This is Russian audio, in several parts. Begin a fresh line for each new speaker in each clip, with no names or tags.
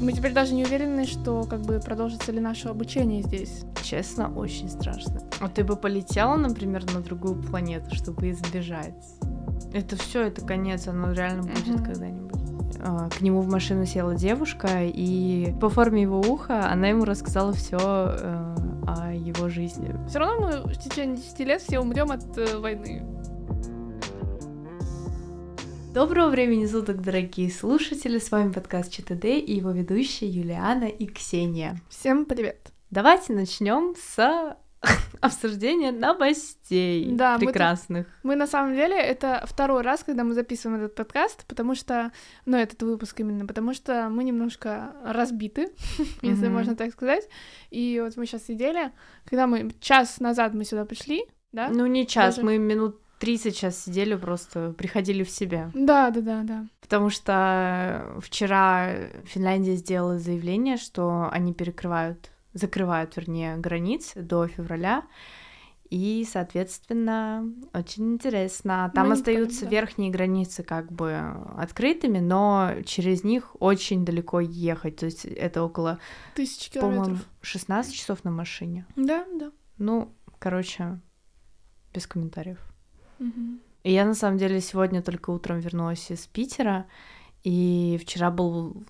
Мы теперь даже не уверены, что как бы продолжится ли наше обучение здесь.
Честно, очень страшно. А ты бы полетела, например, на другую планету, чтобы избежать? Это все, это конец, оно реально будет
Мгм.
когда-нибудь. А, К нему в машину села девушка, и по форме его уха она ему рассказала все о его жизни.
Все равно мы в течение 10 лет все умрем от э, войны.
Доброго времени суток, дорогие слушатели! С вами подкаст ЧТД и его ведущие Юлиана и Ксения.
Всем привет.
Давайте начнем с обсуждения новостей
Да, мы тут-
прекрасных.
Мы на самом деле это второй раз, когда мы записываем этот подкаст, потому что, ну этот выпуск именно, потому что мы немножко разбиты, если
Мгм.
можно так сказать. И вот мы сейчас сидели, когда мы час назад мы сюда пришли, да?
Ну, не час,
Даже-
мы минут 30 сейчас сидели, просто приходили в себя.
Да, да, да, да.
Потому что вчера Финляндия сделала заявление, что они перекрывают, закрывают, вернее, границы до февраля. И, соответственно, очень интересно. Там
Ну, не
остаются
понятно.
верхние границы как бы открытыми, но через них очень далеко ехать. То есть это около,
Тысячи
по-моему,
километров.
16 часов на машине.
Да, да.
Ну, короче, без комментариев.
Мгм.
И Я на самом деле сегодня только утром вернулась из Питера, и вчера был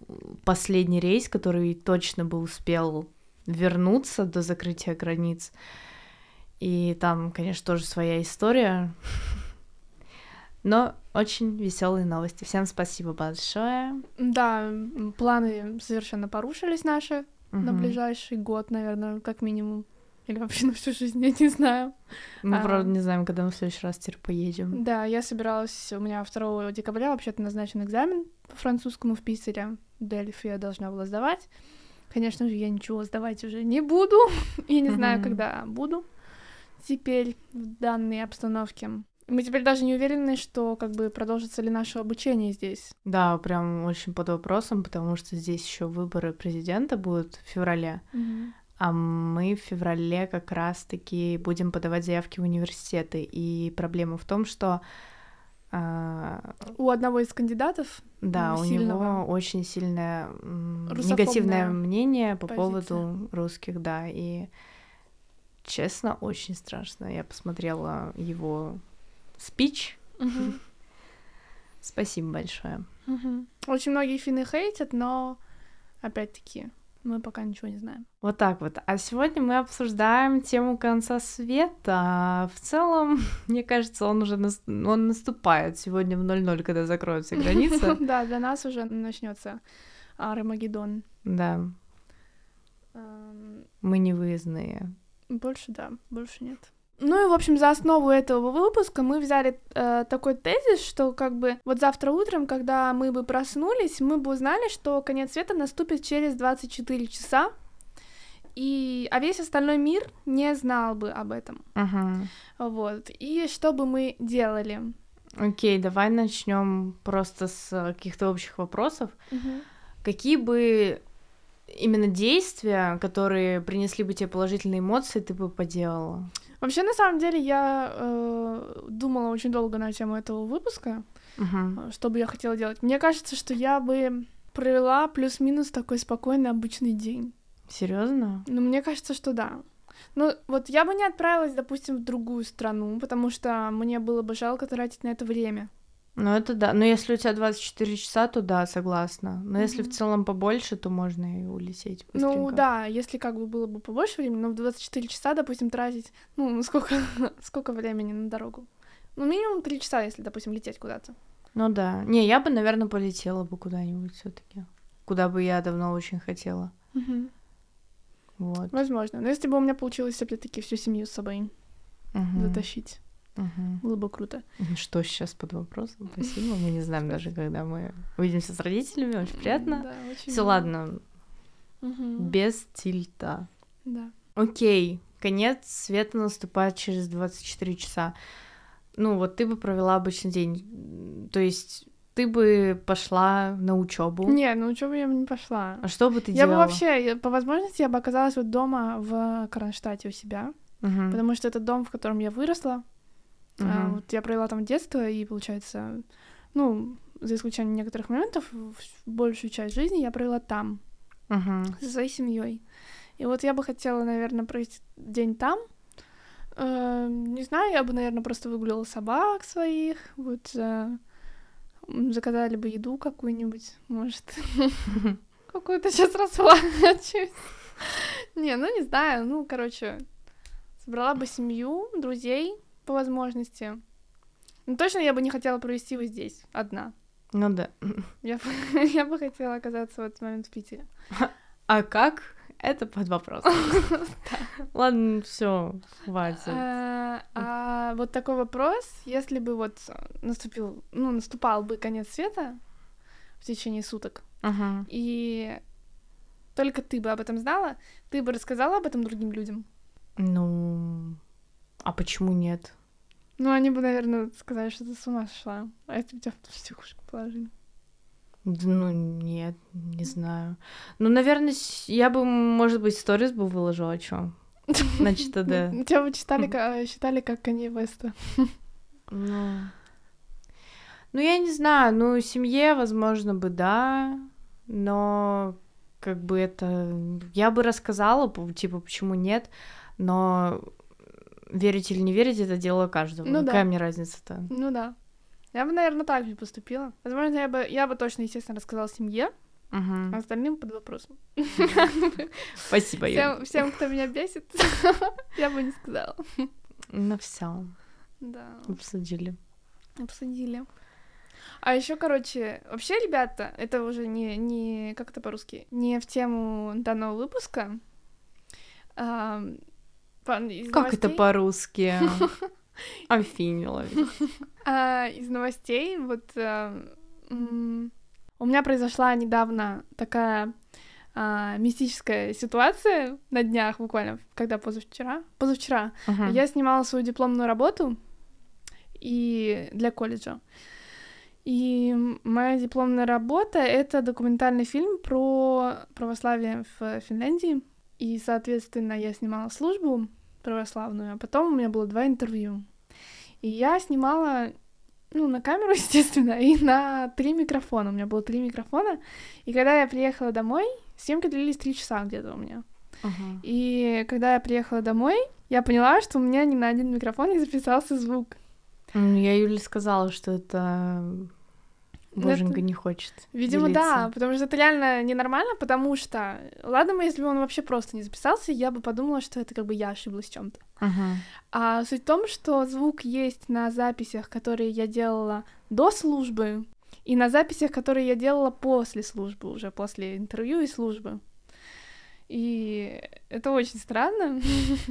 последний рейс, который точно бы успел вернуться до закрытия границ. И там, конечно, тоже своя история. Но очень веселые новости. Всем спасибо большое.
Да, м, планы совершенно порушились наши на
Мгм.
ближайший год, наверное, как минимум. Или вообще на всю жизнь, я не знаю.
Мы,
А.
правда, не знаем, когда мы в следующий раз теперь поедем.
Да, я собиралась, у меня 2 декабря вообще-то назначен экзамен по французскому в Питере. Дельфи я должна была сдавать. Конечно же, я ничего сдавать уже не буду. и не знаю,
Мгм.
когда буду теперь в данной обстановке. Мы теперь даже не уверены, что как бы продолжится ли наше обучение здесь.
Да, прям очень под вопросом, потому что здесь еще выборы президента будут в феврале. А мы в феврале как раз-таки будем подавать заявки в университеты. И проблема в том, что а,
У одного из кандидатов
да,
Ну,
у
сильного.
него очень сильное м,
Русофобная
негативное мнение по
позиция.
поводу русских, да. И честно, очень страшно. Я посмотрела его спич. Спасибо большое.
Мгм. Очень многие финны хейтят, но опять-таки мы пока ничего не знаем.
Вот так вот. А сегодня мы обсуждаем тему конца света. В целом, мне кажется, он уже нас- он наступает сегодня в 00, когда закроются границы.
Да, для нас уже начнется а, Армагеддон.
Да,
Эм,
мы не выездные.
Больше да, больше нет. Ну и, в общем, за основу этого выпуска мы взяли э, такой тезис, что как бы вот завтра утром, когда мы бы проснулись, мы бы узнали, что конец света наступит через 24 часа, и, а весь остальной мир не знал бы об этом.
Ага.
Вот. И что бы мы делали?
Окей, давай начнем просто с э, каких-то общих вопросов. Какие бы именно действия, которые принесли бы тебе положительные эмоции, ты бы поделала?
Вообще, на самом деле, я э, думала очень долго на тему этого выпуска,
Мгм.
э, что бы я хотела делать. Мне кажется, что я бы провела плюс-минус такой спокойный обычный день.
Серьезно?
Ну, мне кажется, что да. Ну, вот я бы не отправилась, допустим, в другую страну, потому что мне было бы жалко тратить на это время.
Ну, это да. Но если у тебя 24 часа, то да, согласна. Но если в
Мгм.
целом побольше, то можно и улететь
Ну,
быстренько.
да, если как бы было бы побольше времени, но в 24 часа, допустим, тратить, ну, сколько, сколько времени на дорогу? Ну, минимум 3 часа, если, допустим, лететь куда-то.
Ну да. Не, я бы, наверное, полетела бы куда-нибудь все таки Куда бы я давно очень хотела. Вот.
Возможно. Но если бы у меня получилось все-таки всю семью с собой
Мгм.
затащить,
Мгм.
было бы круто.
Что сейчас под вопросом? Спасибо. Мы не знаем даже, когда мы увидимся с родителями. Очень приятно.
Да, очень
Все,
мило.
ладно.
Мгм.
Без тильта.
Да.
Окей, конец света наступает через 24 часа. Ну, вот ты бы провела обычный день. То есть ты бы пошла на учебу.
Не, ну учебу я бы не пошла.
А что бы ты
Я бы
делала?
вообще, я- по возможности, я бы оказалась вот дома в Кронштадте у себя,
Мгм,
потому что это дом, в котором я выросла. А,
мгм.
вот я провела там детство, и, получается, ну, за исключением некоторых моментов, в- большую часть жизни я провела там,
Мгм.
со своей семьей. И вот я бы хотела, наверное, провести день там. Э, Не знаю, я бы, наверное, просто выгуляла собак своих, вот э, м, заказали бы еду какую-нибудь, может. Какую-то сейчас расплачусь. Не, ну не знаю, ну, короче, собрала бы семью, друзей по возможности. Ну, точно я бы не хотела провести вот здесь, одна.
Ну да.
Я бы, я бы хотела оказаться в этот момент в Питере.
А как? Это под вопрос. Ладно, все, хватит.
А, а вот такой вопрос, если бы вот наступил, ну, наступал бы конец света в течение суток,
Мгм.
и только ты бы об этом знала, ты бы рассказала об этом другим людям?
Ну, а почему нет?
Ну, они бы, наверное, сказали, что ты с ума сошла, а это бы тебя в психушку положили.
Да Ну, нет, не знаю. Ну, наверное, с- я бы, может быть, сторис бы выложила, о чем. Значит, да.
Ну, Тебя бы читали, ка- считали как Канье Веста.
Ну, ну, я не знаю, ну, семье, возможно, бы, да, но как бы это... Я бы рассказала, по- типа, почему нет, но верить или не верить, это дело каждого.
Ну да.
Какая мне разница-то?
Ну да. Я бы, наверное, так же поступила. Возможно, я бы, я бы точно, естественно, рассказала семье,
Мгм.
а остальным под вопросом.
Спасибо, Юля.
Всем, всем, кто меня бесит, я бы не сказала.
Ну, все,
Да,
обсудили.
обсудили. А еще, короче, вообще, ребята, это уже не, не как это по-русски, не в тему данного выпуска. А, по- из
Как это
новостей-
по-русски? Афинила.
А, из новостей вот э, м, у меня произошла недавно такая а, мистическая ситуация на днях буквально, когда позавчера, позавчера
Мгм.
я снимала свою дипломную работу и для колледжа. И моя дипломная работа — это документальный фильм про православие в Финляндии. И, соответственно, я снимала службу православную, а потом у меня было два интервью. И я снимала, ну, на камеру, естественно, и на три микрофона. У меня было три микрофона. И когда я приехала домой, съемки длились три часа где-то у меня.
Мгм.
И когда я приехала домой, я поняла, что у меня ни на один микрофон не записался звук.
Ну, Я Юле сказала, что
Ну,
это... Боженька не хочет
Видимо, да,
делиться.
потому что это реально ненормально, потому что, ладно, бы, если бы он вообще просто не записался, я бы подумала, что это как бы я ошиблась в чем-то.
Мгм.
А суть в том, что звук есть на записях, которые я делала до службы, и на записях, которые я делала после службы, уже после интервью и службы. И это очень странно.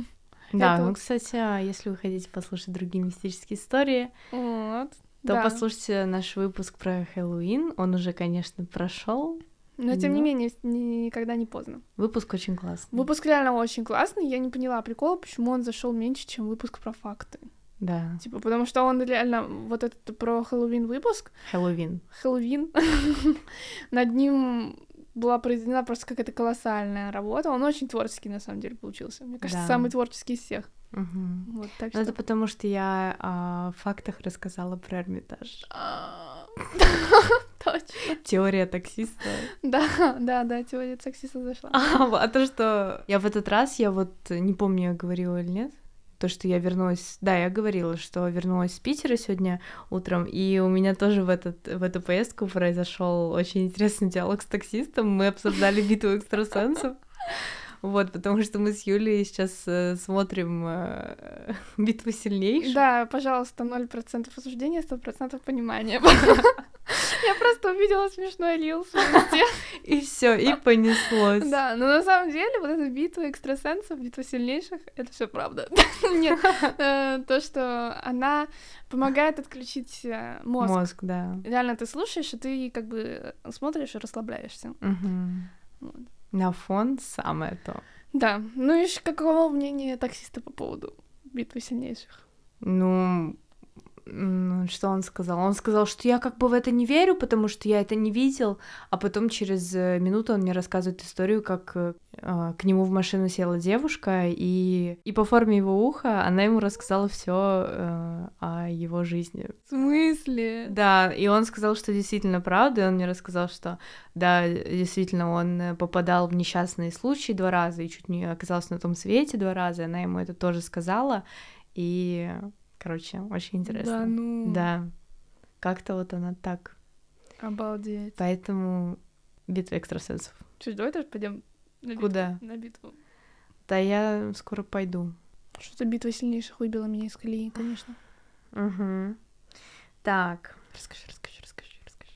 Да,
Это
ну,
вот-
кстати, а если вы хотите послушать другие мистические истории,
Вот.
то
да.
послушайте наш выпуск про Хэллоуин. Он уже, конечно, прошел.
Но тем не
Ну.
менее, с- ни- никогда не поздно.
Выпуск очень классный.
Выпуск реально очень классный. Я не поняла прикола, почему он зашел меньше, чем выпуск про факты.
Да,
Типа, потому что он реально, вот этот про Хэллоуин выпуск,
Хэллоуин.
Хэллоуин, над ним была произведена просто какая-то колоссальная работа. Он очень творческий, на самом деле, получился. Мне кажется,
Да.
самый творческий из всех.
Мгм.
Вот, так что...
Ну, Это потому, что я о фактах рассказала про Эрмитаж.
А, Точно.
Теория таксиста.
Да, да, да, теория сексиста зашла.
А, а то, что я в этот раз, я вот э, не помню, я говорила или нет, то, что я вернулась, да, я говорила, что вернулась с Питера сегодня утром, и у меня тоже в, этот, в эту поездку произошел очень интересный диалог с таксистом, мы обсуждали битву экстрасенсов, вот, потому что мы с Юлей сейчас э, смотрим э, битву сильнейших.
Да, пожалуйста, 0% осуждения, 100% понимания. Я просто увидела смешной рилс в инсте.
И все, и понеслось.
Да, но на самом деле вот эта битва экстрасенсов, битва сильнейших, это все правда. Нет, э, то, что она помогает отключить э, мозг.
Мозг, да.
Реально ты слушаешь, и ты как бы смотришь и расслабляешься.
Мгм.
Вот.
На фон самое то.
Да, ну и ещё каково мнение таксиста по поводу битвы сильнейших?
Ну, м, Он что он сказал? Он сказал, что я как бы в это не верю, потому что я это не видел, а потом через э, минуту он мне рассказывает историю, как э, э, к нему в машину села девушка, и, и по форме его уха она ему рассказала все о его жизни.
В смысле?
Да, и он сказал, что действительно правда, и он мне рассказал, что да, действительно, он э, попадал в несчастные случаи два раза и чуть не оказался на том свете два раза, и она ему это тоже сказала, и, короче, очень
Да
интересно.
ну.
Да, как-то вот она так.
Обалдеть.
Поэтому битва экстрасенсов.
Чё, давай тоже пойдем на битву?
Куда?
На битву.
Да, я скоро пойду.
Что-то битва сильнейших выбила меня из колеи, конечно.
Угу. Так.
Расскажи, расскажи, расскажи, расскажи.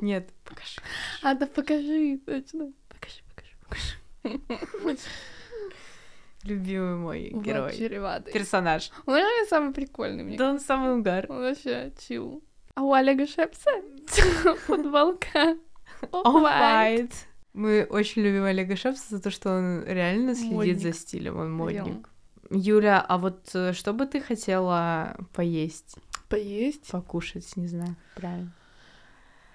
Нет, покажи.
А, да покажи, точно.
Покажи, покажи, покажи. Любимый мой
Вот
герой.
чреватый.
Персонаж.
Он реально самый прикольный, мне
Да он самый угар.
Он вообще чил. А у Олега Шепса футболка.
All
Off-white.
white. Мы очень любим Олега Шепса за то, что он реально следит за
Модник.
стилем, он
Прям.
модник. Юля, а вот э, что бы ты хотела поесть,
Поесть.
покушать, не знаю, правильно?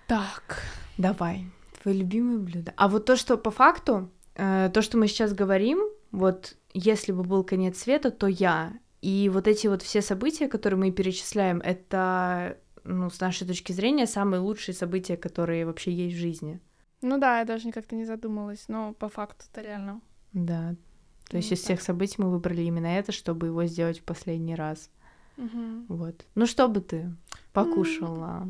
Так.
Давай, твои любимые блюда. А вот то, что по факту, э, то, что мы сейчас говорим, вот если бы был конец света, то я. И вот эти вот все события, которые мы перечисляем, это, ну, с нашей точки зрения, самые лучшие события, которые вообще есть в жизни.
Ну да, я даже как-то не задумалась, но по факту это реально.
Да. То есть
Ну
из всех событий мы выбрали именно это, чтобы его сделать в последний раз.
Мгм.
Вот. Ну что бы ты покушала?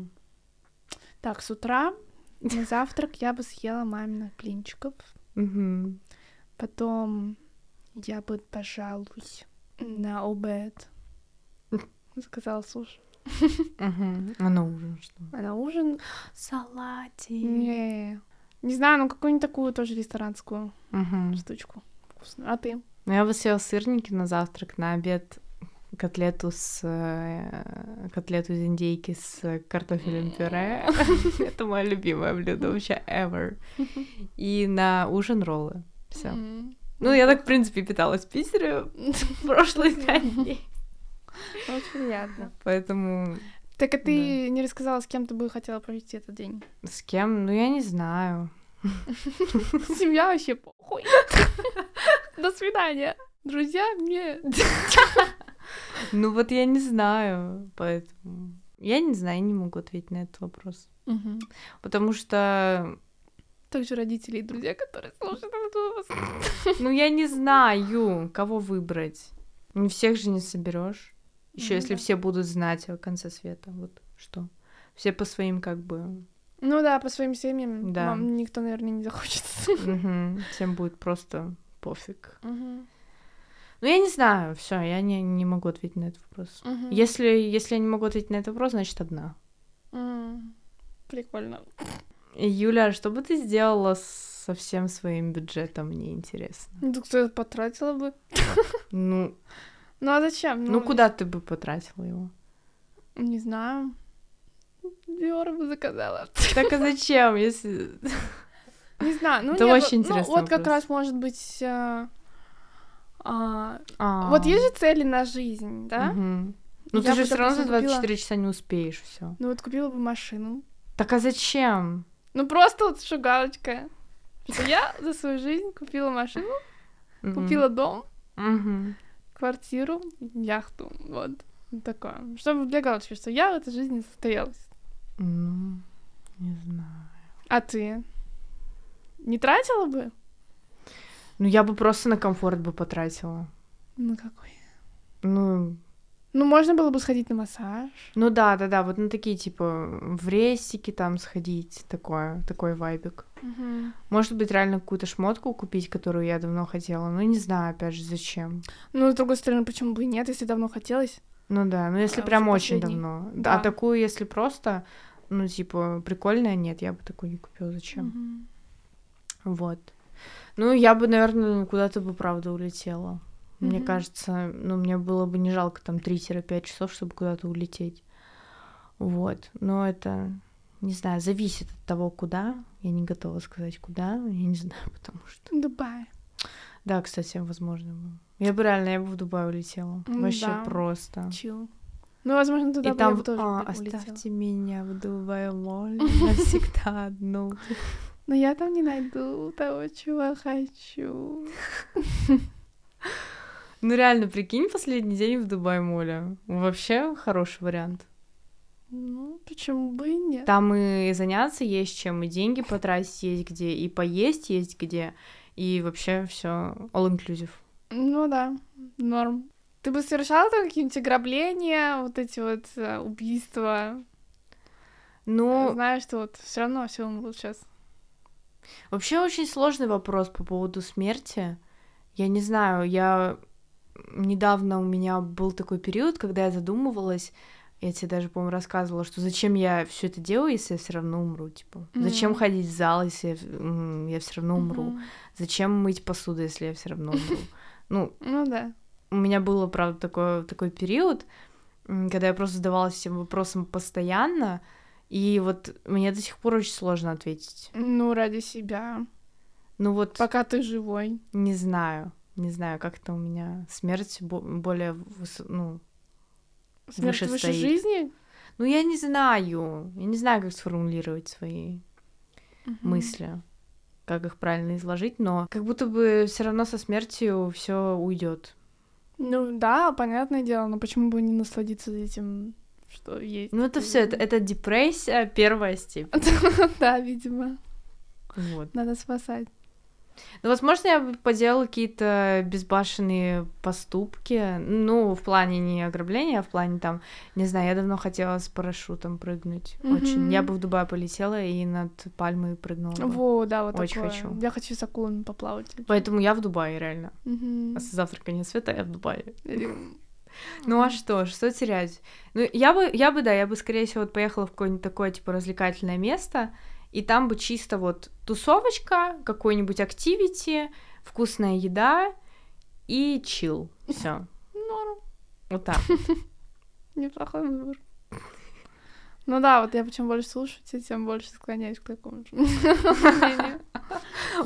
Так, с утра на завтрак я бы съела маминых блинчиков.
Мгм.
Потом я бы, пожалуй, на обед заказала суши.
Мгм. А на ужин что?
А на ужин?
Салатик.
Не, не знаю, ну какую-нибудь такую тоже ресторанскую
Мгм.
штучку вкусную. А ты?
Ну, я бы съела сырники на завтрак, на обед котлету с э, котлету из индейки с картофелем пюре. Это мое любимое блюдо вообще ever. И на ужин роллы. Все.
М.
Ну, я так, в принципе, питалась в Питере прошлые пять дней.
Очень приятно.
Поэтому
Так а ты не рассказала, с кем ты бы хотела провести этот день?
с кем? Ну, я не знаю.
Семья вообще похуй. До свидания. Друзья, мне...
Ну, вот я не знаю, поэтому... Я не знаю, я не могу ответить на этот вопрос. Потому что
Также родители и друзья, которые слушают этот выпуск.
Ну, я не знаю, кого выбрать. Не всех же не соберешь. Еще
Ну
если
да.
все будут знать о конце света, вот что. Все по своим, как бы.
Ну да, по своим семьям.
Да.
Вам никто, наверное, не захочет.
Мгм. Всем будет просто пофиг. Ну, я не знаю, все, я не, не могу ответить на этот вопрос. Если, если я не могу ответить на этот вопрос, значит одна.
М, Прикольно.
И, Юля, а что бы ты сделала со всем своим бюджетом, мне интересно.
Ну, так кто потратила бы?
Ну,
Ну а зачем?
ну куда ты бы потратила его?
Не знаю. Диор бы заказала.
Так а зачем, если
Не знаю. Ну,
Это
не, ну,
очень интересный
вот как
вопрос.
раз, может быть, а, а,
А.
Вот есть же цели на жизнь, да?
Мгм. Ну
Я
ты же
бы,
все равно за
допустим, купила-
24 часа не успеешь все.
Ну вот купила бы машину.
Так а зачем?
Ну просто вот шугалочка. Что я за свою жизнь купила машину,
Мгм.
купила дом,
М-м. Мгм.
квартиру, яхту. Вот. Вот такое. Чтобы для галочки, что я в этой жизни состоялась.
Ну, не знаю.
А ты? Не тратила бы?
Ну я бы просто на комфорт бы потратила.
Ну какой?
Ну,
Ну можно было бы сходить на массаж.
ну да, да, да, вот на такие типа в рейсики там сходить, такое, такой вайбик. Может быть, реально какую-то шмотку купить, которую я давно хотела. Ну, не знаю, опять же, зачем.
Ну, с другой стороны, почему бы и нет, если давно хотелось?
Ну да, ну если
А,
прям
уже
очень
последний.
давно.
Да.
А такую, если просто, ну, типа, прикольная, нет, я бы такую не купила. Зачем?
Мгм.
Вот. Ну, я бы, наверное, куда-то бы, правда, улетела. Мне
Мгм.
кажется, ну, мне было бы не жалко там 3-5 часов, чтобы куда-то улететь. Вот. Но это, не знаю, зависит от того, куда. Я не готова сказать, куда. Я не знаю, потому что...
Дубай.
Да, кстати, возможно. бы. Я бы реально, я бы в Дубай улетела.
М,
Вообще
да.
просто.
Чил. Ну, возможно, туда
И
бы я
там
бы тоже
а,
при- улетела.
оставьте меня вдвоем море навсегда одну.
Но я там не найду того, чего хочу.
Ну реально, прикинь, последний день в Дубай моле. Вообще хороший вариант.
Ну, почему бы и нет?
Там и заняться есть чем, и деньги потратить есть где, и поесть есть где, и вообще все all inclusive.
Ну да, норм. Ты бы совершала там какие-нибудь ограбления, вот эти вот э, убийства?
Ну,
Знаешь, что вот все равно все умрут сейчас.
Вообще очень сложный вопрос по поводу смерти. Я не знаю, я недавно у меня был такой период, когда я задумывалась, я тебе даже, по-моему, рассказывала, что зачем я все это делаю, если я все равно умру, типа. Зачем
Мгм.
ходить в зал, если я, в- м, я все равно умру? Зачем мыть посуду, если я все равно умру? Ну,
Ну да.
у меня было, правда, такой, такой период, м, когда я просто задавалась этим вопросом постоянно, и вот мне до сих пор очень сложно ответить.
Ну, ради себя.
Ну вот...
Пока ты живой.
Не знаю. Не знаю, как-то у меня смерть бо- более... выс- Ну,
Смерть
Выше
выше
стоит.
жизни?
ну, я не знаю. Я не знаю, как сформулировать свои мысли, как их правильно изложить, но как будто бы все равно со смертью все уйдет.
Ну да, понятное дело, но почему бы не насладиться этим, что есть?
Ну, это все, это, это депрессия первая степень.
Да, видимо.
Вот.
Надо спасать.
Ну, возможно, я бы поделала какие-то безбашенные поступки. Ну, в плане не ограбления, а в плане там, не знаю, я давно хотела с парашютом прыгнуть. Очень.
Мгм.
Я бы в Дубай полетела и над пальмой прыгнула. бы.
Во, да, вот
Очень
такое.
хочу.
Я хочу с акулами поплавать.
Поэтому я в Дубае, реально.
Мгм.
А завтра конец света, я в Дубае.
Или-
Ну а что, что терять? Ну, я бы, я бы, да, я бы, скорее всего, вот поехала в какое-нибудь такое, типа, развлекательное место, и там бы чисто вот тусовочка, какой-нибудь активити, вкусная еда и чил. Все.
Норм.
Вот так.
Неплохой выбор. Ну да, вот я почему больше слушаю, тебя, тем больше склоняюсь к такому же мнению.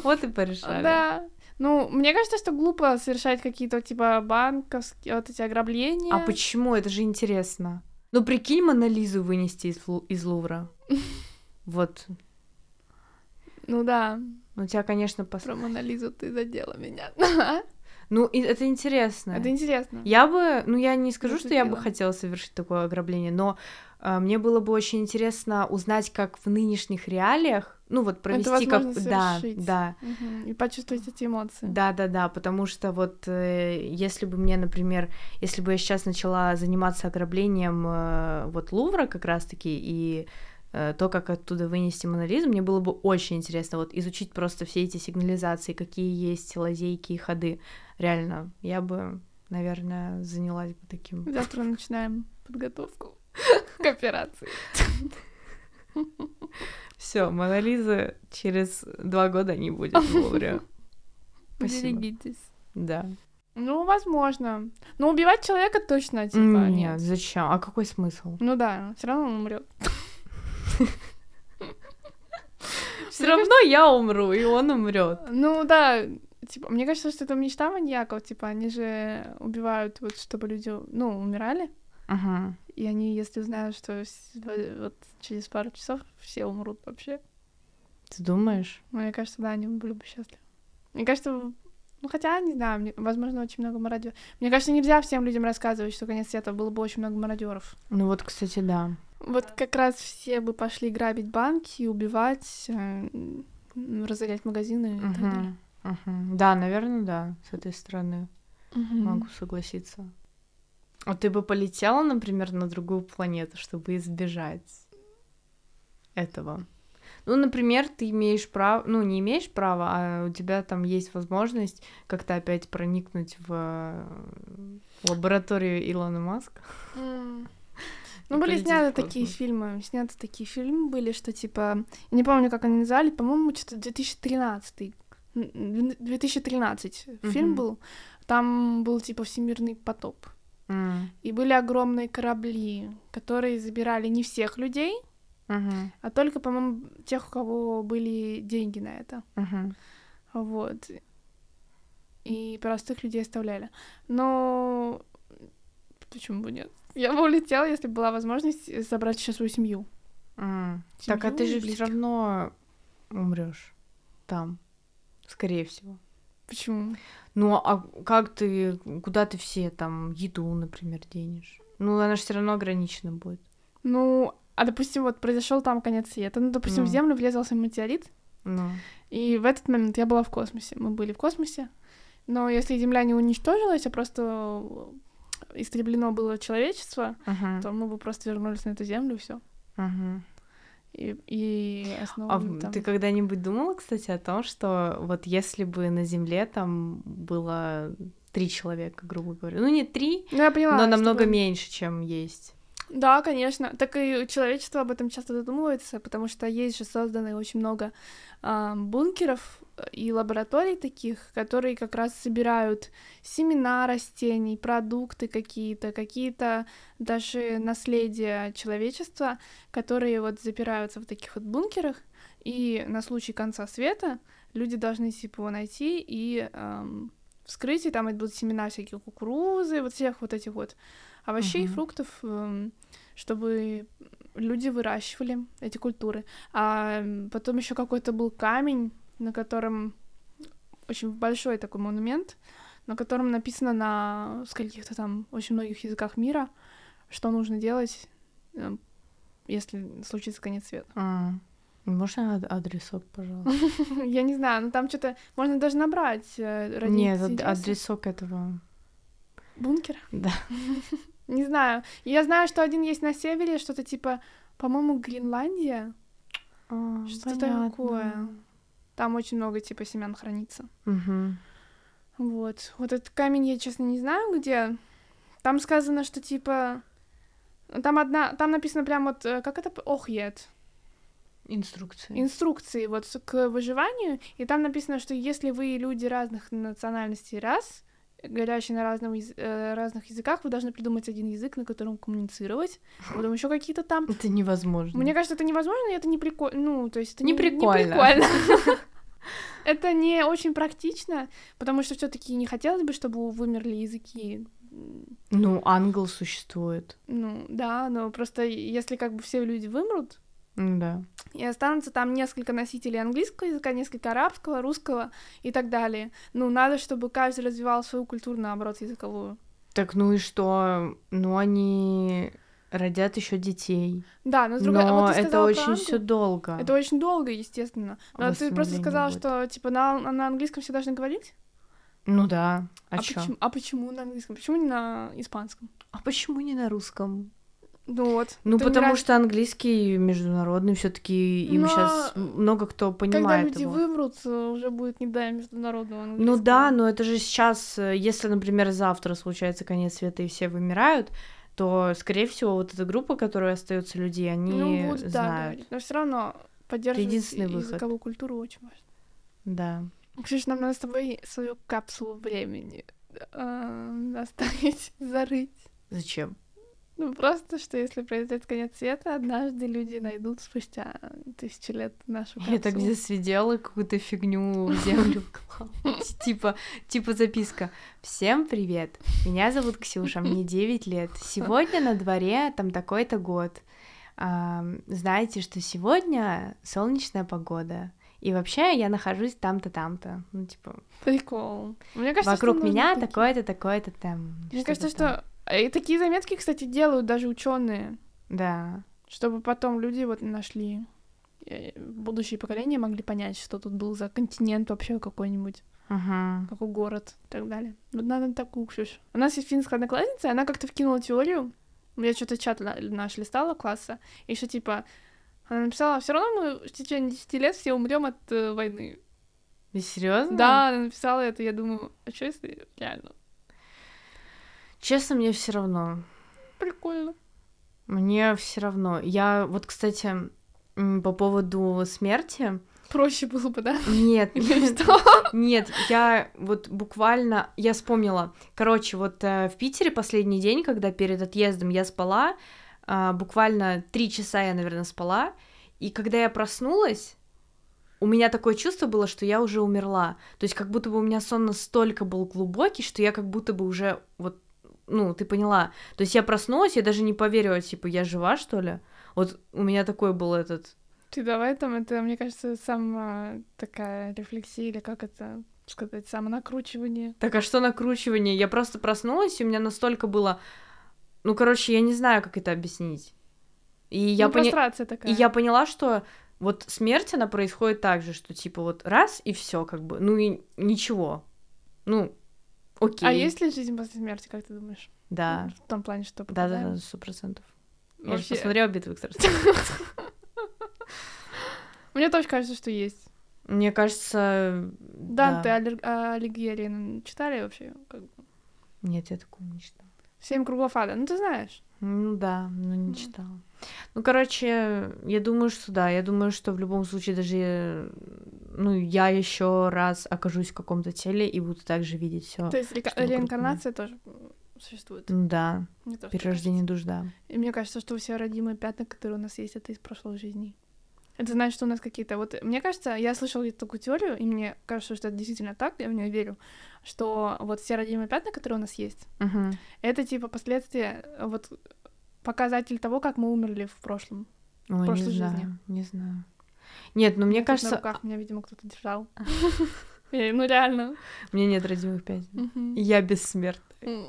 Вот и порешали.
Да. Ну, мне кажется, что глупо совершать какие-то типа банковские вот эти ограбления.
А почему? Это же интересно. Ну, прикинь, Монолизу вынести из, Лу- из Лувра. Вот.
Ну да,
Ну, тебя, конечно, пос...
про Монализу ты задела меня.
Ну, и это интересно.
Это интересно.
Я бы, ну я не скажу, что я бы
Зацепила.
хотела совершить такое ограбление, но э, мне было бы очень интересно узнать, как в нынешних реалиях, ну вот провести как,
возможно
да,
совершить.
да,
Мгм. И почувствовать эти эмоции.
да, да, да, потому что вот э, если бы мне, например, если бы я сейчас начала заниматься ограблением э, вот Лувра как раз-таки и э, то, как оттуда вынести Монолизу, мне было бы очень интересно вот изучить просто все эти сигнализации, какие есть лазейки и ходы. Реально, я бы, наверное, занялась бы таким.
Завтра начинаем подготовку к операции.
Все, Монолиза через два года не будет в Лувре. Спасибо.
Берегитесь.
Да.
Ну, возможно. Но убивать человека точно, типа,
Нет,
нет.
зачем? А какой смысл?
Ну да, все равно он умрет.
Все равно я умру, и он умрет.
Ну да, типа, мне кажется, что это мечта маньяков, типа, они же убивают, вот, чтобы люди, ну, умирали,
Ага.
и они, если узнают, что с- в- вот через пару часов все умрут вообще,
Ты думаешь?
мне кажется, да, они были бы счастливы. Мне кажется, ну, хотя, не знаю, мне- возможно, очень много мародеров. Мне кажется, нельзя всем людям рассказывать, что конец света было бы очень много мародеров.
Ну вот, кстати, да.
Вот как раз все бы пошли грабить банки, убивать, э, м, разорять магазины и так далее.
Мгм. Мгм. Да, наверное, да, с этой стороны могу согласиться. А ты бы полетела, например, на другую планету, чтобы избежать этого? Ну, например, ты имеешь право, ну, не имеешь права, а у тебя там есть возможность как-то опять проникнуть в э, лабораторию Илона Маска.
М.
И
Ну, были
полететь
сняты
в
такие
космос.
фильмы. Сняты такие фильмы были, что типа... я Не помню, как они назвали, по-моему, что-то 2013 м, м, 2013 фильм
Мгм.
был. Там был типа всемирный потоп.
М,
И были огромные корабли, которые забирали не всех людей,
мгм,
а только, по-моему, тех, у кого были деньги на это.
мгм.
Вот. И простых людей оставляли. Но почему бы нет? Я бы улетела, если была возможность собрать еще свою семью.
М, Так, а
Семью
ты же
и
все
близких.
равно умрешь там, скорее всего.
Почему?
Ну, а как ты, куда ты все там еду, например, денешь? Ну, она же все равно ограничена будет.
Ну, а допустим, вот произошел там конец света. Ну, допустим, в
Ну.
Землю врезался метеорит,
Ну,
и в этот момент я была в космосе. Мы были в космосе. Но если Земля не уничтожилась, а просто истреблено было человечество,
ага,
то мы бы просто вернулись на эту Землю, и все.
ага.
И, и
А
основывали
в-
там.
ты когда-нибудь думала, кстати, о том, что вот если бы на Земле там было три человека, грубо говоря, ну не три,
Ну, я поняла.
но
что
намного
бы-
меньше, чем есть.
Да, конечно. Так и человечество об этом часто задумывается, потому что есть же созданы очень много а, бункеров и лабораторий таких, которые как раз собирают семена растений, продукты какие-то, какие-то даже наследия человечества, которые вот запираются в таких вот бункерах, и на случай конца света люди должны типа его найти и ам, вскрыть, и там и будут семена всякие кукурузы, вот всех вот этих вот овощей,
Мгм.
фруктов, ам, чтобы люди выращивали эти культуры. А м, потом еще какой-то был камень, на котором очень большой такой монумент, на котором написано на с каких-то там очень многих языках мира, что нужно делать, эм, если случится конец света.
А, Можно ад- адресок, пожалуйста?
Я не знаю, но там что-то можно даже набрать э, ради
Нет, ад-
интереса.
адресок этого.
Бункер?
Да.
Не знаю. Я знаю, что один есть на севере, что-то типа, по-моему, Гренландия.
А,
Что-то
понятно.
такое. Там очень много типа семян хранится.
Мгм.
Вот. Вот этот камень я, честно, не знаю, где. Там сказано, что типа... Там одна... Там написано прям вот... э, Как это? п- Охьет.
Инструкция.
Инструкции вот с- к выживанию. И там написано, что если вы люди разных национальностей и рас, говорящие на разном яз- э, разных языках, вы должны придумать один язык, на котором коммуницировать. Потом еще какие-то там.
Это невозможно.
Мне кажется, это невозможно, и это не прикольно. Ну, то есть это
Не
не, не
прикольно.
прикольно. Это не очень практично, потому что все-таки не хотелось бы, чтобы вымерли языки. М,
Ну, ангел существует.
Ну, да, но просто если как бы все люди вымрут,
Да.
и останутся там несколько носителей английского языка, несколько арабского, русского и так далее. Ну, надо, чтобы каждый развивал свою культуру, наоборот, языковую.
Так ну и что? Ну, они родят еще детей.
Да, но с другой а
Но
вот ты
это
сказала про
очень
Англию.
все долго.
Это очень долго, естественно. Но ты просто
Восстановление
сказала,
будет.
что типа на, на английском все должны говорить?
Ну да. А, чё?
почему, а почему на английском? Почему не на испанском?
А почему не на русском?
Ну вот.
Ну,
ты
потому
умираешь.
что английский международный все-таки им
Но
сейчас много кто
Когда
понимает
люди
его.
вымрут, э, уже будет не до международного английского.
Ну да, но это же сейчас, э, если, например, завтра случается конец света и все вымирают, то, скорее всего, вот эта группа, которая остается людей, они
Ну, будут, да,
знают.
говорить. Но все равно поддерживать
единственный
и-
выход.
языковую культуру очень важно.
Да.
Ксюша, нам надо с тобой свою капсулу времени э, оставить, зарыть.
Зачем?
Ну, просто, что если произойдет конец света, однажды люди найдут спустя тысячи лет нашу капсулу.
Я так здесь сидела, какую-то фигню в землю клала. Типа, типа записка. Всем привет, меня зовут Ксюша, мне 9 лет. Сегодня на дворе там такой-то год. А, Знаете, что сегодня солнечная погода. И вообще я нахожусь там-то, там-то. Ну, типа,
Прикол. Мне кажется, что
вокруг
нужно
меня
такие.
такое-то, такое-то там.
Мне
что-то
кажется,
там.
что э, и такие заметки, кстати, делают даже ученые,
Да.
чтобы потом люди вот нашли э, будущие поколения могли понять, что тут был за континент вообще какой-нибудь,
Ага.
какой город и так далее. Вот надо такую, Ксюш. У нас есть финская одноклассница, и она как-то вкинула теорию. Я что-то чат на- наш листала класса, и что типа она написала, все равно мы в течение 10 лет все умрем от э, войны.
Вы серьезно?
Да, она написала это, я думаю, а что если реально?
Честно, мне все равно.
Прикольно.
Мне все равно. Я вот, кстати, м, по поводу смерти.
Проще было бы, да?
Нет,
Или
нет,
что?
нет, я вот буквально, я вспомнила. Короче, вот э, в Питере последний день, когда перед отъездом я спала, а, буквально три часа я, наверное, спала, и когда я проснулась, у меня такое чувство было, что я уже умерла. То есть как будто бы у меня сон настолько был глубокий, что я как будто бы уже вот ну, ты поняла. То есть я проснулась, я даже не поверила, типа, я жива, что ли? Вот у меня такой был этот...
Ты давай там, это, мне кажется, сама такая рефлексия, или как это сказать, самонакручивание.
Так, а что накручивание? Я просто проснулась, и у меня настолько было... Ну, короче, я не знаю, как это объяснить. И я,
ну,
поня-
прострация такая.
и я поняла, что вот смерть, она происходит так же, что типа вот раз и все как бы, ну и ничего. Ну, окей.
А есть ли жизнь после смерти, как ты думаешь?
Да.
В том плане, что
Да, да,
попадаем?
да, сто процентов. Я же
Вообще,
посмотрела битву экстрасенсов.
Мне тоже кажется, что есть.
Мне кажется,
Данте
да.
Аллер- а, Алигьери м, читали вообще? Как бы?
Нет, я такого не читала.
Семь кругов ада. Ну, ты знаешь.
Ну да, но
Мгм.
не читала. Ну, короче, я думаю, что да, я думаю, что в любом случае даже, э, ну, я еще раз окажусь в каком-то теле и буду также видеть все.
То есть река-
что вокруг
реинкарнация тоже м, существует.
Да,
Мне тоже так
Ну, перерождение душ, да.
кажется. И мне кажется, что все родимые пятна, которые у нас есть, это из прошлых жизней. Это значит, что у нас какие-то... Вот, мне кажется, я слышала где-то такую теорию, и мне кажется, что это действительно так, я в нее верю, что вот все родимые пятна, которые у нас есть,
Мгм.
это типа последствия, э, вот показатель того, как мы умерли в прошлом.
Ой, не
прошлой жизни.
знаю, не знаю. Нет, ну, мне
Тут На
кажется,
руках меня, видимо, кто-то держал. Я- Ну, реально.
у меня нет родимых пятен.
Мгм.
Я бессмертна.
М.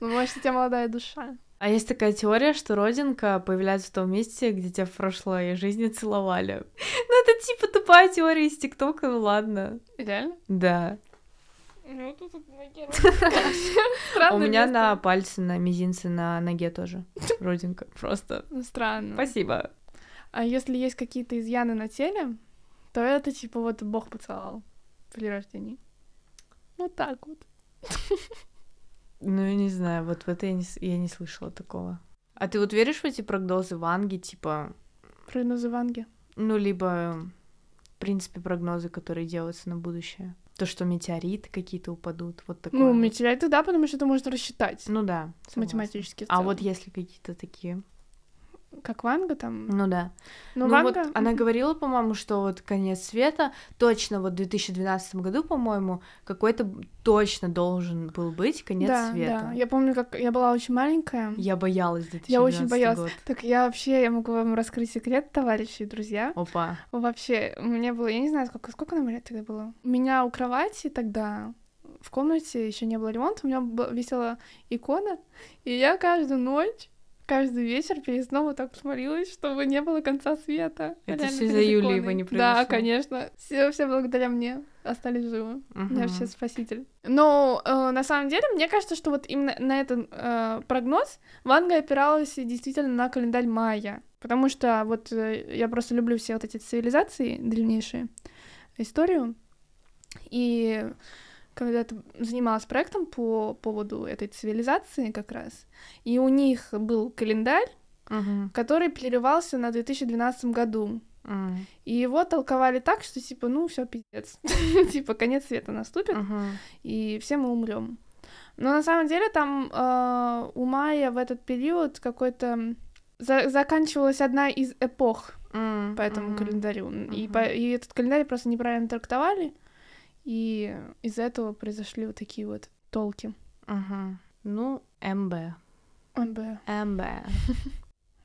Ну, может, у тебя молодая душа.
А есть такая теория, что родинка появляется в том месте, где тебя в прошлой жизни целовали. Ну, это типа тупая теория из ТикТока, ну ладно.
Реально?
Да.
Ну, тут
А У меня на пальце, на мизинце, на ноге тоже родинка. Просто.
Ну, Странно.
Спасибо.
А если есть какие-то изъяны на теле, то это типа вот Бог поцеловал при рождении. Вот так вот.
Ну, я не знаю, вот в это я не, с- я не слышала такого. А ты вот веришь в эти прогнозы Ванги, типа,
Прогнозы Ванги.
ну, либо, в принципе, прогнозы, которые делаются на будущее? То, что метеориты какие-то упадут, вот такое.
Ну,
вот.
метеорит, да, потому что это можно рассчитать
Ну да, согласна.
математически. в
А
целом.
вот если какие-то такие.
Как Ванга там...
Ну да.
Ну,
ну
Ванга...
вот она говорила, по-моему, что вот конец света точно вот в 2012 году, по-моему, какой-то б- точно должен был быть конец
да,
света.
да.
Я...
Я помню, как я была очень маленькая.
боялась 2012
Я очень боялась.
год.
Так я вообще, я могу вам раскрыть секрет, товарищи и друзья.
Опа.
Вообще, мне было, я не знаю, сколько, сколько нам лет тогда было. У меня у кровати тогда в комнате еще не было ремонта, у меня б- висела икона, и я каждую ночь, каждый вечер перед сном вот так смотрелась, чтобы не было конца света.
Это
Реально
всё из-за
перед
Юлии
иконой.
вы не
Да,
произошло.
конечно. Все, все благодаря мне остались живы.
Мгм.
Я вообще спаситель. Но э, на самом деле, мне кажется, что вот именно на этот э, прогноз Ванга опиралась действительно на календарь майя. Потому что вот э, я просто люблю все вот эти цивилизации древнейшие, историю. И когда ты занималась проектом по поводу этой цивилизации как раз, и у них был календарь,
Мгм.
который прерывался на 2012 году.
М.
И его толковали так, что типа, ну все, пиздец. Типа, конец света наступит
Мгм.
и все мы умрем. Но на самом деле там э, у Майя в этот период какой-то м, за- заканчивалась одна из эпох
М.
по этому
Мгм.
календарю. И,
Мгм.
по- и этот календарь просто неправильно трактовали, и из-за этого произошли вот такие вот толки.
Мгм. Ну, МБ.
МБ.
МБ.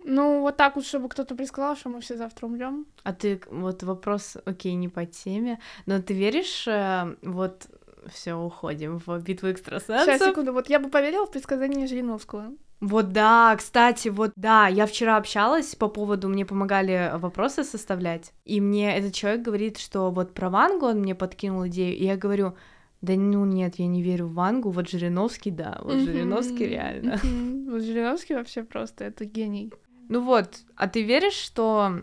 Ну, вот так вот, чтобы кто-то предсказал, что мы все завтра умрем.
А ты, к- вот вопрос, окей, не по теме, но ты веришь, э, вот, все, уходим в битву экстрасенсов.
Сейчас, секунду, вот я бы поверила в предсказание Жириновского.
Вот да, кстати, вот да, я вчера общалась по поводу, мне помогали вопросы составлять, и мне этот человек говорит, что вот про Вангу он мне подкинул идею, и я говорю, да ну нет, я не верю в Вангу, вот Жириновский, да, вот Жириновский
Мгм.
реально.
Мгм. Вот Жириновский вообще просто, это гений.
Ну вот, а ты веришь, что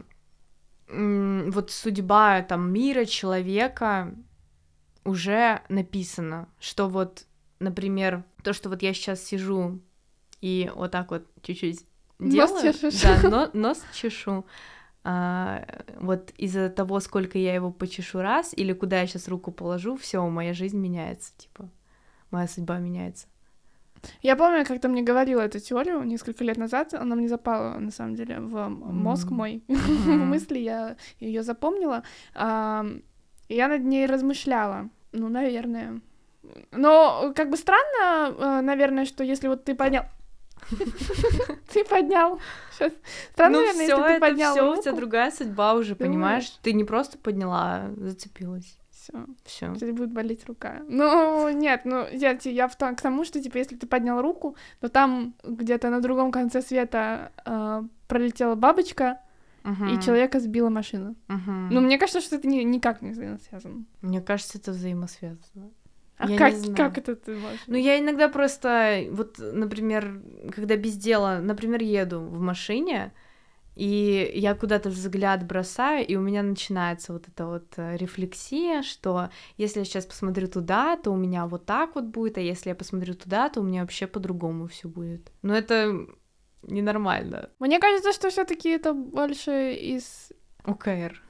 м, вот судьба там мира, человека уже написана, что вот, например, то, что вот я сейчас сижу и вот так вот чуть-чуть
Нос
делаю,
чешешь.
да, но- нос чешу, а, вот из-за того, сколько я его почешу раз или куда я сейчас руку положу, все, моя жизнь меняется, типа, моя судьба меняется.
Я помню, как ты мне говорила эту теорию несколько лет назад, она мне запала, на самом деле, в м- мозг
Мгм.
мой, в
Мгм.
мысли, я ее запомнила, Ам, и я над ней размышляла, ну, наверное, Но как бы странно, э, наверное, что если вот ты поднял... Ты поднял. Щас. Странно,
ну
наверное,
всё,
если ты
это
поднял
всё, у
руку.
тебя другая судьба уже, понимаешь?
Думаешь?
Ты не просто подняла, а зацепилась.
Всё.
Все.
Теперь будет болеть рука. Ну, нет, ну, я, те- я в том- к тому, что, типа, если ты поднял руку, то там где-то на другом конце света э, пролетела бабочка, и человека сбила машина. Ну, мне кажется, что это ни- никак не связано.
Мне кажется, это взаимосвязано.
А
Я не
как,
знаю.
как это ты можешь?
Ну, я иногда просто, э, вот, например, когда без дела, например, еду в машине, и я куда-то взгляд бросаю, и у меня начинается вот эта вот э, рефлексия, что если я сейчас посмотрю туда, то у меня вот так вот будет, а если я посмотрю туда, то у меня вообще по-другому все будет. Но это ненормально.
Мне кажется, что все таки это больше из... э,
ОКР.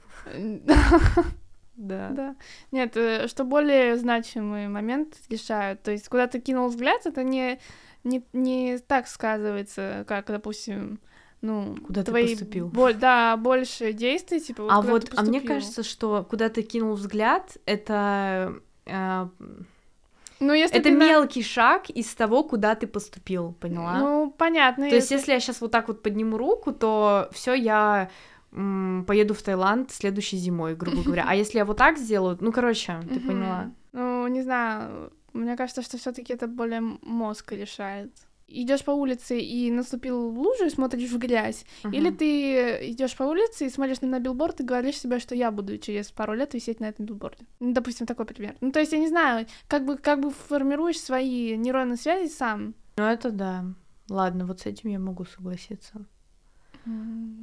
Да.
Да. Нет, э, что более значимый момент решают. То есть, куда ты кинул взгляд, это не, не, не так сказывается, как, допустим, ну,
Куда ты
твои
поступил.
бо- да, больше действий, типа, вот
А
куда
вот,
ты
а мне
поступил.
кажется, что куда ты кинул взгляд, это э,
ну, если
Это
ты на-
мелкий шаг из того, куда ты поступил, поняла?
Ну, понятно.
То есть, если я сейчас вот так вот подниму руку, то все, я м, поеду в Таиланд следующей зимой, грубо говоря. А если я вот так сделаю, ну, короче, ты
Мгм.
поняла.
Ну, не знаю, мне кажется, что все таки это более мозг решает. Идешь по улице и наступил в лужу и смотришь в грязь, Или
Мгм.
ты идешь по улице и смотришь на билборд и говоришь себе, что я буду через пару лет висеть на этом билборде. Ну, допустим, такой пример. Ну, то есть, я не знаю, как бы, как бы формируешь свои нейронные связи сам.
Ну, это да. Ладно, вот с этим я могу согласиться.
Ну,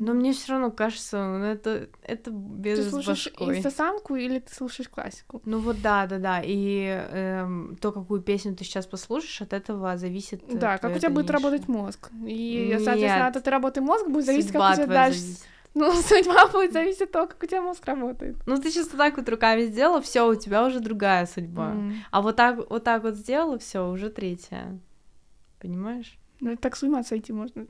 Но мне все равно кажется, ну, это, это без
ты слушаешь
башкой.
инстасамку или ты слушаешь классику?
Ну вот да, да, да. И эм, то, какую песню ты сейчас послушаешь, от этого зависит. э,
Да, как
твоё
у тебя будет
дальнейшее.
работать мозг. И, соответственно,
Нет.
от этой работы мозг будет зависеть,
Судьба
как у тебя
твоя
дальше.
зависит.
Ну, судьба будет зависеть от того, как у тебя мозг работает.
Ну ты сейчас вот так вот руками сделала, все, у тебя уже другая судьба.
М.
А вот так вот так вот сделала, все, уже третья. Понимаешь?
Ну, это так с ума сойти можно.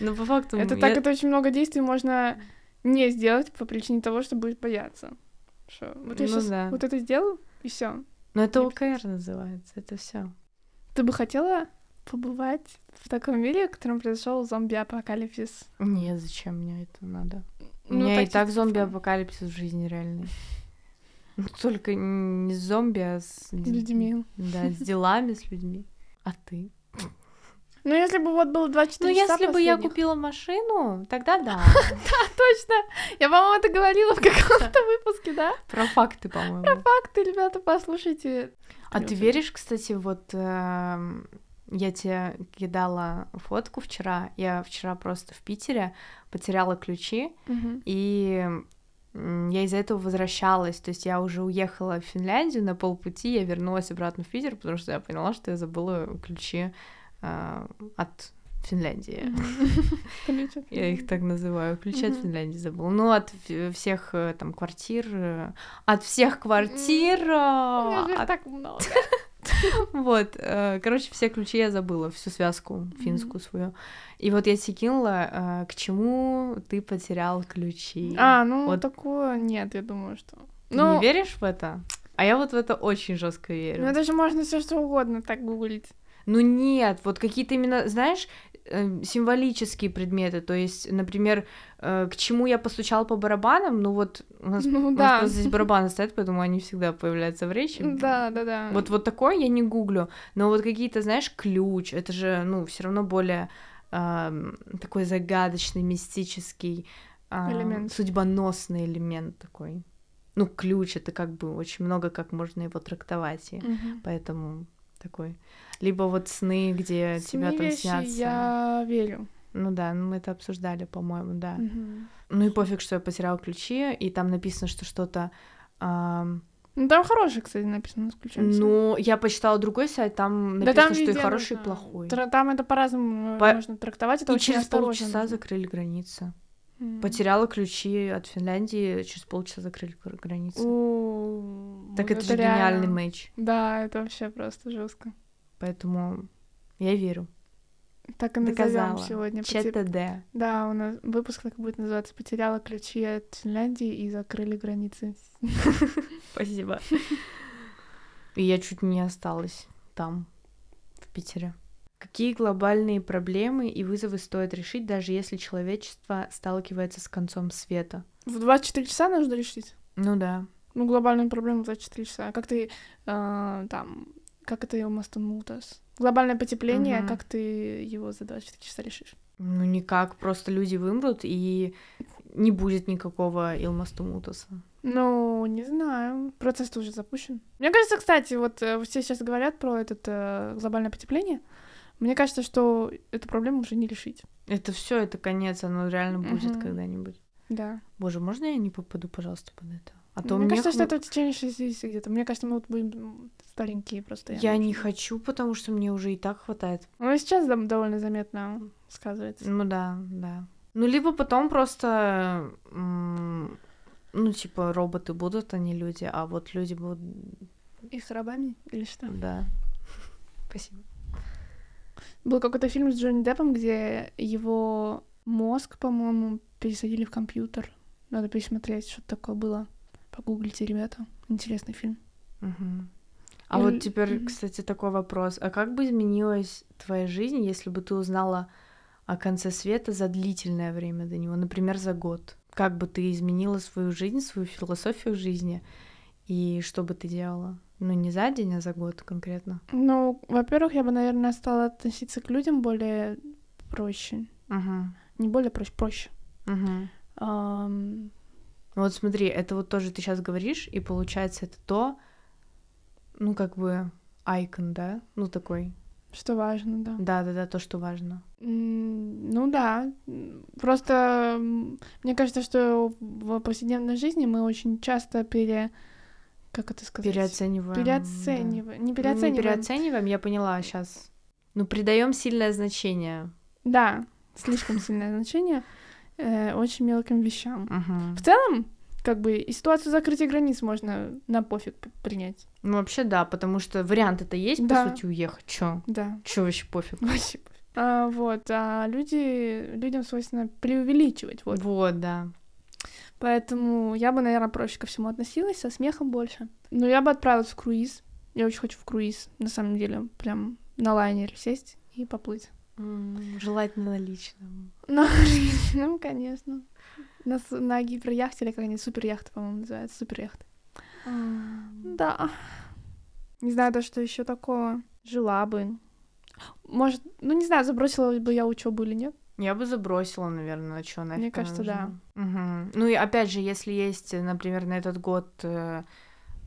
Ну по факту.
Это
я-
так, это очень много действий можно не сделать по причине того, что будет бояться. Что, вот я
Ну
сейчас
да.
вот это сделаю, и все.
Ну это
не
ОКР называется, это все.
Ты бы хотела побывать в таком мире, в котором произошел зомби-апокалипсис?
Нет, зачем мне это надо? У
Ну,
меня и
таких
так
фан-
типа зомби-апокалипсис в жизни реальный. Ну, только не с зомби, а с
с людьми.
Да, с делами, с людьми. А ты?
Ну, если бы вот было 24
Ну,
часа
если бы я
последних.
купила машину, тогда да.
Точно! Я, по-моему, это говорила в каком-то выпуске, да?
Про факты, по-моему.
Как ты, ребята, послушайте.
А ты
Плюс.
веришь, кстати, вот эм, я тебе кидала фотку вчера. Я вчера просто в Питере потеряла ключи,
Мгм.
и м, я из-за этого возвращалась. То есть я уже уехала в Финляндию на полпути, я вернулась обратно в Питер, потому что я поняла, что я забыла ключи э, от Финляндии.
Ключ от
Я их так называю. Ключи от
Мгм.
Финляндии забыла. Ну, от ф- всех э, там квартир, э, от всех квартир, э,
У меня же их
от
так много.
вот, э, короче, все ключи я забыла, всю связку финскую свою. И вот я тебе кинула, э, к чему ты потерял ключи.
А, ну,
Вот.
такого нет, я думаю, что...
Ты не веришь в это? А я вот в это очень жестко верю.
Ну, это же можно все что угодно так гуглить.
Ну нет, вот какие-то именно, знаешь, э, символические предметы. То есть, например, э, к чему я постучал по барабанам, ну вот у нас,
Ну
у нас
да.
просто здесь барабаны стоят, поэтому они всегда появляются в речи.
Да, да, да.
Вот, вот такое я не гуглю, но вот какие-то, знаешь, ключ, это же, ну, все равно более ам, такой загадочный, мистический ам,
Элемент.
судьбоносный элемент такой. Ну, ключ это как бы очень много, как можно его трактовать, и
Мгм.
поэтому такой. Либо вот сны, где
Сны
тебя там
вещи
снятся.
я верю.
Ну да, ну мы это обсуждали, по-моему, да.
Мгм.
Ну и пофиг, что я потеряла ключи, и там написано, что что-то ам,
Ну, там хороший, кстати, написано с ключом. всё.
Ну, я почитала другой сайт, там
Да
написано,
там
что и
везде
хороший, и
нужно.
плохой.
Тра- Там это по-разному э,
По-
можно трактовать, это
и
очень
через
осторожно.
полчаса
нужно.
закрыли границы.
М.
Потеряла ключи от Финляндии, через полчаса закрыли гра- границы.
У,
так
вот
это, же гениальный
реально.
матч.
Да, это вообще просто жестко.
Поэтому я верю.
Так и назовем
Доказала.
сегодня. Потер-
ЧТД.
Да, у нас выпуск так будет называться «Потеряла ключи от Финляндии и закрыли границы».
Спасибо. И я чуть не осталась там, в Питере. Какие глобальные проблемы и вызовы стоит решить, даже если человечество сталкивается с концом света?
В 24 часа нужно решить.
Ну да.
Ну, глобальную проблему в 24 часа. Как ты э, там... Как это его мастамутас? Глобальное потепление,
Мгм.
как ты его за 24 часа решишь?
Ну никак, просто люди вымрут, и не будет никакого Илмастумутаса.
Ну, не знаю. Процесс уже запущен. Мне кажется, кстати, вот э, все сейчас говорят про это глобальное потепление. Мне кажется, что эту проблему уже не решить.
Это все, это конец, оно реально будет
Мгм.
когда-нибудь.
Да.
Боже, можно я не попаду, пожалуйста, под это? А то
мне
мне
кажется,
хло-
что это в течение 60 где-то. Мне кажется, мы вот будем м, старенькие просто.
Я не
хочу.
хочу, потому что мне уже и так хватает.
Ну, и сейчас дом- довольно заметно сказывается.
Ну да, да. Ну либо потом просто, м, ну типа роботы будут, а не люди, а вот люди будут,
И с рабами или что?
да. Спасибо.
Был какой-то фильм с Джонни Деппом, где его мозг, по-моему, пересадили в компьютер. Надо пересмотреть, что такое было. Погуглите, ребята. Интересный фильм.
Мгм. А
Или-
вот теперь,
мгм.
кстати, такой вопрос. А как бы изменилась твоя жизнь, если бы ты узнала о конце света за длительное время до него, например, за год? Как бы ты изменила свою жизнь, свою философию жизни? И что бы ты делала? Ну, не за день, а за год конкретно.
Ну, во-первых, я бы, наверное, стала относиться к людям более проще.
Мгм.
Не более проще, проще.
Мгм.
Ам,
Вот смотри, это вот тоже ты сейчас говоришь, и получается это то, ну, как бы, айкон, да? Ну, такой.
что важно, да.
Да-да-да, то, что важно.
М, Ну да, М, просто м, мне кажется, что в повседневной жизни мы очень часто пере... Как это сказать?
Переоцениваем. да.
Переоцениваем. Не
Ну,
переоцениваем.
Не переоцениваем, я поняла сейчас. Ну, придаем сильное значение.
Да, слишком сильное значение э, очень мелким вещам.
Мгм.
В целом, как бы и ситуацию закрытия границ можно на пофиг п- принять.
Ну, вообще, да, потому что вариант-то есть,
Да.
по сути, уехать. Чё?
Да,
Чё вообще пофиг?
вообще пофиг. А, вот, а люди, людям свойственно преувеличивать, вот.
Вот, да.
Поэтому я бы, наверное, проще ко всему относилась, со смехом больше. Но я бы отправилась в круиз. Я очень хочу в круиз, на самом деле, прям на лайнер сесть и поплыть.
М, Желательно на личном.
Ну, ну, конечно. На, с- на гиперяхте, или как они, суперяхта, по-моему, называется, суперяхта. Да. Не знаю, то, что еще такого. Жила бы. Может, ну не знаю, забросила бы я учебу или нет.
Я бы забросила, наверное, чё, нафиг
Мне
она
кажется, да.
нужна? Мгм. Ну и опять же, если есть, например, на этот год э,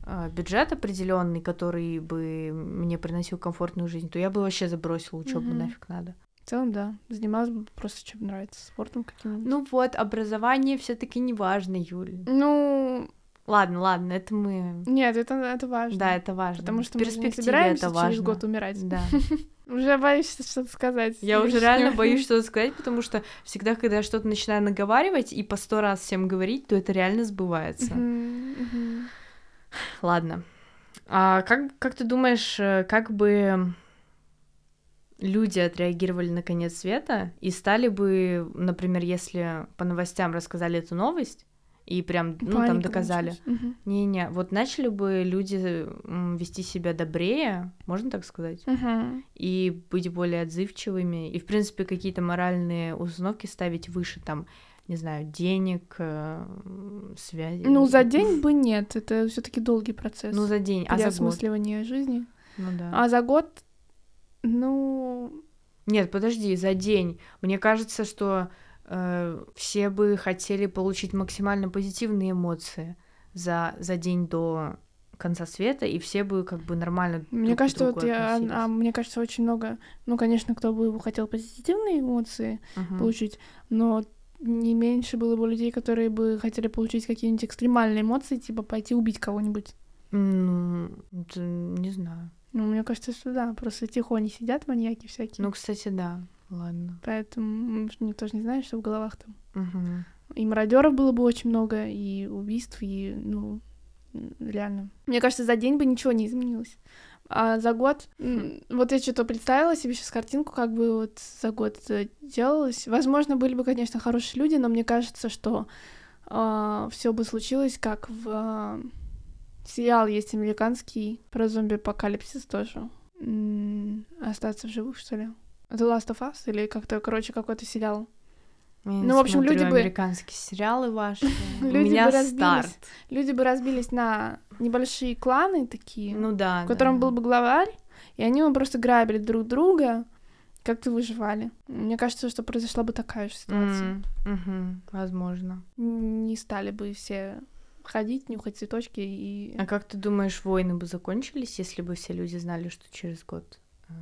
э, бюджет определенный, который бы мне приносил комфортную жизнь, то я бы вообще забросила учебу
Мгм.
нафиг надо.
В целом, да. Занималась бы просто чем нравится. Спортом каким-нибудь.
Ну вот, образование все-таки не важно, Юль.
Ну,
Ладно, ладно, это мы.
нет, это, это важно.
Да, это важно.
Потому что
в
мы же
перспективе
не собираемся
это
через
важно.
год умирать.
Да.
Уже боюсь что-то сказать.
Я уже
лишнего.
реально боюсь что-то сказать, потому что всегда, когда я что-то начинаю наговаривать и по сто раз всем говорить, то это реально сбывается.
Мгм, мгм.
Ладно. А как, как ты думаешь, э, как бы люди отреагировали на конец света и стали бы, например, если по новостям рассказали эту новость и прям, ну,
Паника
там доказали,
началась. Мгм,
Не-не, вот начали бы люди м, вести себя добрее, можно так сказать,
мгм.
и быть более отзывчивыми, и, в принципе, какие-то моральные установки ставить выше, там, не знаю, денег, э, м, связи.
Ну, за день бы нет. Это все таки долгий процесс.
Ну, за день, а за год.
переосмысливание жизни.
Ну, да.
А за год, ну,
Нет, подожди, за день. Мне кажется, что э, все бы хотели получить максимально позитивные эмоции за, за день до конца света, и все бы как бы нормально
Мне
друг к
кажется, вот
другу
я,
относились.
а, мне кажется, очень много, ну, конечно, кто бы хотел позитивные эмоции
Мгм.
получить, но не меньше было бы людей, которые бы хотели получить какие-нибудь экстремальные эмоции, типа пойти убить кого-нибудь.
Ну, это не знаю.
Ну, мне кажется, что да, просто тихоне сидят маньяки всякие.
Ну, кстати, да. Ладно.
Поэтому м, никто же не знает, что в головах там.
Мгм.
И мародеров было бы очень много, и убийств, и, ну, м, реально. Мне кажется, за день бы ничего не изменилось. А за год... м, Вот я что-то представила себе сейчас картинку, как бы вот за год это делалось. Возможно, были бы, конечно, хорошие люди, но мне кажется, что все бы случилось как в... а, Сериал есть американский про зомби-апокалипсис тоже. М, Остаться в живых, что ли? The Last of Us или как-то, короче, какой-то сериал. Ну, в общем, люди бы-
Американские сериалы ваши. У
Люди
меня
бы разбились.
старт.
Люди бы разбились на небольшие кланы такие,
Ну да.
в котором
да.
был бы главарь, и они бы просто грабили друг друга, как-то выживали. Мне кажется, что произошла бы такая же ситуация.
М, мгм, Возможно.
Не стали бы все ходить, нюхать цветочки и...
А как ты думаешь, войны бы закончились, если бы все люди знали, что через год? э,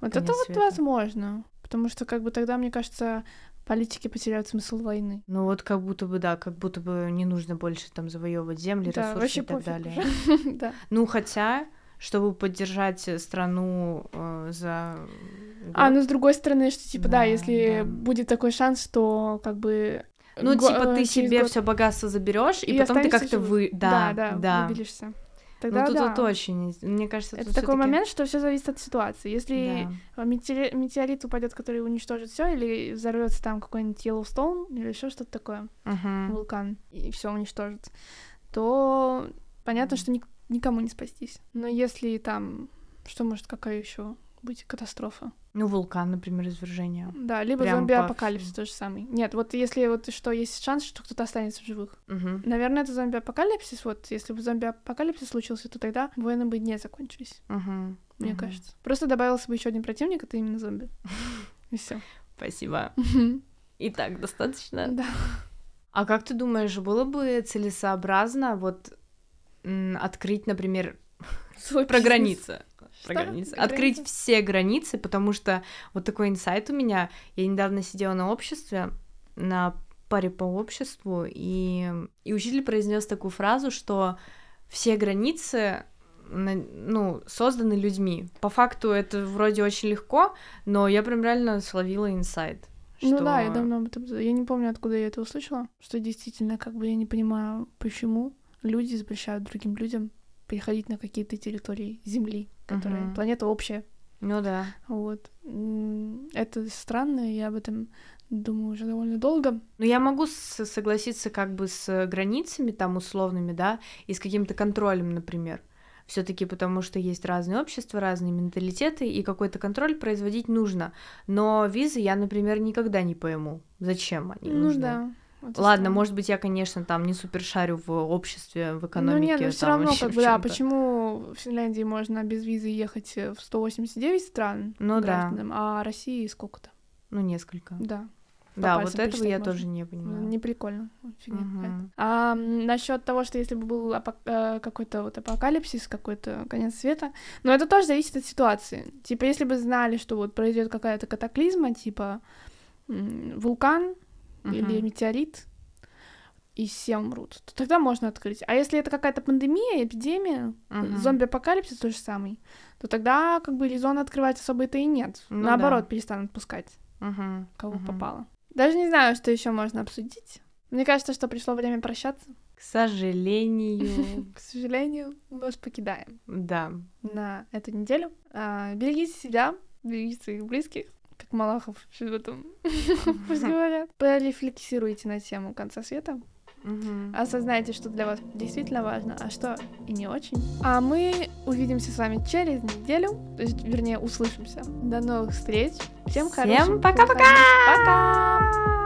Вот
конец
это вот
света?
возможно. Потому что, как бы тогда, мне кажется, политики потеряют смысл войны.
Ну вот как будто бы, да, как будто бы не нужно больше там завоевывать земли,
Да,
ресурсы
вообще
и так
пофиг
далее.
да.
Ну хотя, чтобы поддержать э, страну э, за...
А,
год.
ну с другой стороны, что типа, да,
Да,
если
да.
будет такой шанс, что как бы.
Ну,
го-
типа, ты
э, через
себе
год-
все богатство заберешь, и,
И
потом ты
останешься
как-то
живым.
вы. Да,
да,
да.
выбелишься.
Ну,
Тогда
тут
да.
вот очень. Мне кажется,
Это
тут
такой
всё-таки-
момент, что все зависит от ситуации.
Да.
Если а, метеори- метеорит упадет, который уничтожит все, или взорвется там какой-нибудь Йеллоустоун, или еще что-то такое,
Мгм.
вулкан, и все уничтожит, то понятно, что ник- никому не спастись. Но если там, что может, какая еще быть катастрофа?
Ну, вулкан, например, извержение.
Да, либо
Прям
зомби-апокалипсис
повсюду.
то же самый. Нет, вот если вот что, есть шанс, что кто-то останется в живых.
Мгм.
Наверное, это зомби-апокалипсис. Вот если бы зомби-апокалипсис случился, то тогда войны бы не закончились,
Мгм.
мне
Мгм.
кажется. Просто добавился бы еще один противник, это именно зомби. И все.
Спасибо. И так достаточно.
Да.
А как ты думаешь, было бы целесообразно вот м, открыть, например, про границы? Про
Что?
границы.
Про
Открыть
границы?
все границы, потому что вот такой инсайт у меня. Я недавно сидела на обществе, на паре по обществу, и, и учитель произнес такую фразу, что все границы на- ну, созданы людьми. По факту это вроде очень легко, но я прям реально словила инсайт.
Ну да, я
что-
давно об этом... за- Я не помню, откуда я это услышала. Что действительно, как бы я не понимаю, почему люди запрещают другим людям переходить на какие-то территории Земли, которые...
Мгм.
Планета общая.
Ну да.
Вот. М, Это странно, и я об этом думаю уже довольно долго.
Ну, я могу с- согласиться как бы с границами там условными, да, и с каким-то контролем, например. все таки потому что есть разные общества, разные менталитеты, и какой-то контроль производить нужно. Но визы я, например, никогда не пойму, зачем они
ну
нужны.
да. это
Ладно,
странно.
может быть, я, конечно, там не супер шарю в обществе, в экономике.
Ну нет, но все
там,
равно,
вообще
как
в
бы, да,
чём-то.
почему в Финляндии можно без визы ехать э, в 189 стран
Ну да.
гражданам, а России сколько-то?
Ну, несколько.
Да. по
да, вот
пальцам
этого я
посчитать
тоже
можно.
не понимаю.
Не прикольно. Фигня
Мгм.
какая-то. А насчет того, что если бы был апо- э, какой-то вот апокалипсис, какой-то конец света, но это тоже зависит от ситуации. Типа, если бы знали, что вот произойдет какая-то катаклизма, типа м, вулкан или
Мгм.
метеорит, и все умрут, то тогда можно открыть. А если это какая-то пандемия, эпидемия,
Мгм.
зомби-апокалипсис тот же самый, то тогда как бы резона открывать особо-то и нет.
Ну да.
Наоборот, перестанут пускать
Мгм.
кого
Мгм.
попало. Даже не знаю, что еще можно обсудить. Мне кажется, что пришло время прощаться.
К сожалению,
К сожалению, мы вас покидаем
да.
на эту неделю. А, берегите себя, берегите своих близких, как Малахов что там пусть говорят. Порефлексируйте на тему конца света.
Мгм.
Осознайте, что для вас действительно важно, а что и не очень. А мы увидимся с вами через неделю. То есть, вернее, услышимся. До новых встреч. Всем
Всем
хорошего.
пока-пока!
Пока!
Пока!